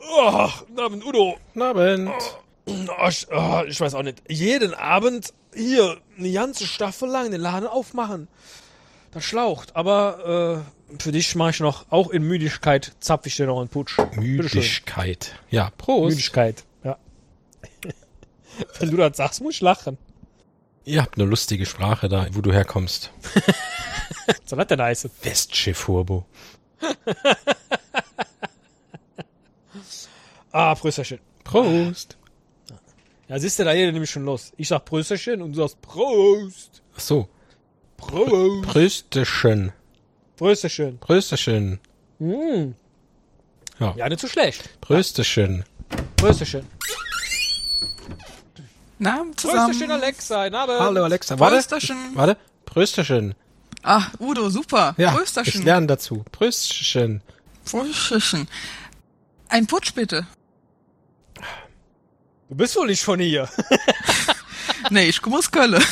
Oh, Abend, Udo. Abend. Oh, ich, oh, ich weiß auch nicht. Jeden Abend hier eine ganze Staffel lang den Laden aufmachen. Das schlaucht. Aber äh, für dich mache ich noch, auch in Müdigkeit zapfe ich dir noch einen Putsch. Bitteschön. Müdigkeit. Ja, Prost. Müdigkeit, ja. Wenn du das sagst, muss ich lachen. Ihr habt eine lustige Sprache da, wo du herkommst. Was soll das denn heißen? Westschiff Hurbo. Ah, Prösterchen. Prost. Ja, siehst du, da geht nämlich schon los. Ich sag Prösterchen und du sagst Prost. Ach so. Prost. Prösteschen. Prösterchen. Prösteschen. Mm. Ja. Ja, nicht so schlecht. Prösteschen. Prösterchen. Na, zusammen. Prösterchen, Alexa. Na, aber- Hallo Alexa. Warte. Prösterchen. Warte. Prösteschen. Ah, Udo, super. Ja. Ich Prösterchen. lerne dazu. Prösteschen. Prösterchen. Ein Putsch bitte. Du bist wohl nicht von hier. Nee, ich komme aus Köln.